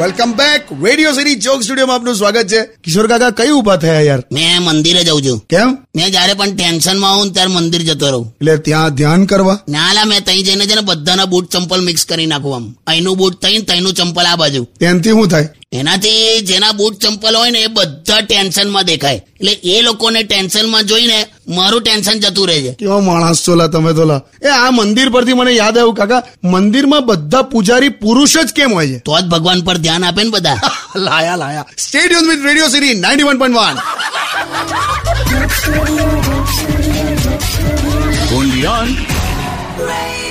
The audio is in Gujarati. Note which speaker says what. Speaker 1: welcome back radio city joke સ્ટુડિયોમાં આપનું સ્વાગત છે કિશોર કાકા કઈ ઉભા થયા યાર
Speaker 2: મેં મંદિરે જઉં છું
Speaker 1: કેમ
Speaker 2: મેં જયારે પણ ટેન્શનમાં હોઉં ને ત્યારે મંદિર જતો રહું
Speaker 1: એટલે ત્યાં ધ્યાન કરવા
Speaker 2: નાલા મેં તઈ જઈને છે ને બધાના બૂટ ચંપલ મિક્સ કરી નાખું આમ અહીંનું બૂટ તઈ ને તઈનું ચંપલ આ બાજુ
Speaker 1: તેનથી શું થાય
Speaker 2: એનાથી જેના બૂટ ચંપલ હોય ને એ બધા ટેન્શનમાં દેખાય એટલે એ લોકોને ટેન્શનમાં જોઈને મારું ટેન્શન જતું રહે છે
Speaker 1: કેવા માણસ છો લા તમે તો લા એ આ મંદિર પરથી મને યાદ આવ્યું કાકા મંદિરમાં બધા પૂજારી પુરુષ જ કેમ હોય છે
Speaker 2: તો જ ભગવાન પર ધ્યાન આપે ને બધા
Speaker 1: લાયા લાયા stadium with radio city ninety one point one
Speaker 3: only on
Speaker 4: Radio